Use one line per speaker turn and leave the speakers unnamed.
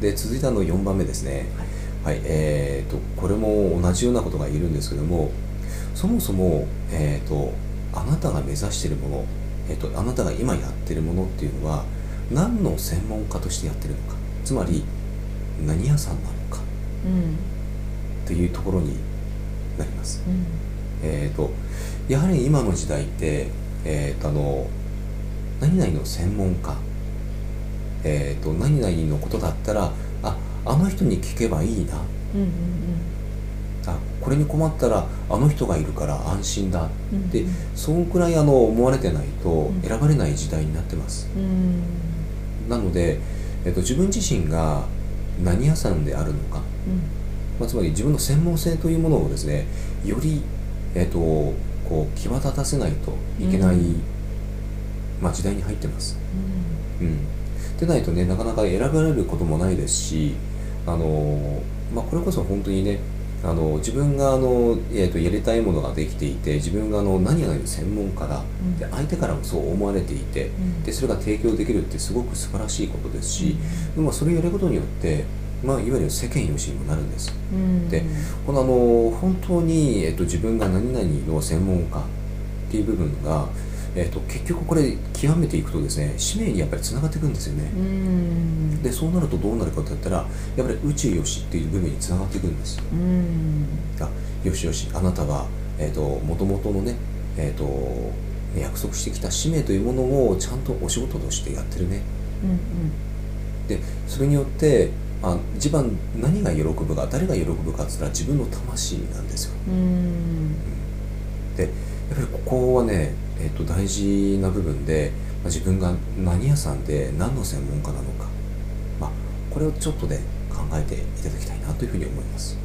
で続いてあの4番目ですね、
はい
はいえー、とこれも同じようなことが言えるんですけどもそもそも、えー、とあなたが目指しているもの、えー、とあなたが今やってるものっていうのは何の専門家としてやってるのかつまり何屋さんなのか
うん
というところになります
うん
えー、とやはり今の時代って、えー、とあの何々の専門家、えー、と何々のことだったらああの人に聞けばいいな
うん
あこれに困ったらあの人がいるから安心だ
うんうん
でそのくらいあの思われてないと
うん
選ばれない時代になってます
うん
なので、えー、と自分自身が何屋さんであるのか、
うん
まあ、つまり自分の専門性というものをですねより、えー、とこう際立たせないといけない、
うん
まあ、時代に入ってます。
うん
うん、でないとねなかなか選ばれることもないですし、あのーまあ、これこそ本当にねあの自分があの、えー、とやりたいものができていて自分があの何が専門家だ
うん
で相手からもそう思われていて
うん
でそれが提供できるってすごく素晴らしいことですし、まあ、それをやることによって、まあ、いわゆる世間良しにもなるんです。
うん
でこのあの本当に、えっと、自分が何々の専門家っていう部分が、えっと、結局これ極めていくとですね使命にやっぱりつながっていくんですよね
う、ん
でそうなるとどうなるかって言ったらやっぱり宇宙よしっていう部分につながっていくんです
うん
あよしよしあなたはえっと元々のねえっと約束してきた使命というものをちゃんとお仕事としてやってるね
うん
でそれによってあ一番何が喜ぶか誰が喜ぶかって言ったら自分の魂なんですよ
うんうん
でやっぱりここはね、えっと大事な部分で、まあ、自分が何屋さんで何の専門家なのか、まあ、これをちょっとね考えていただきたいなというふうに思います。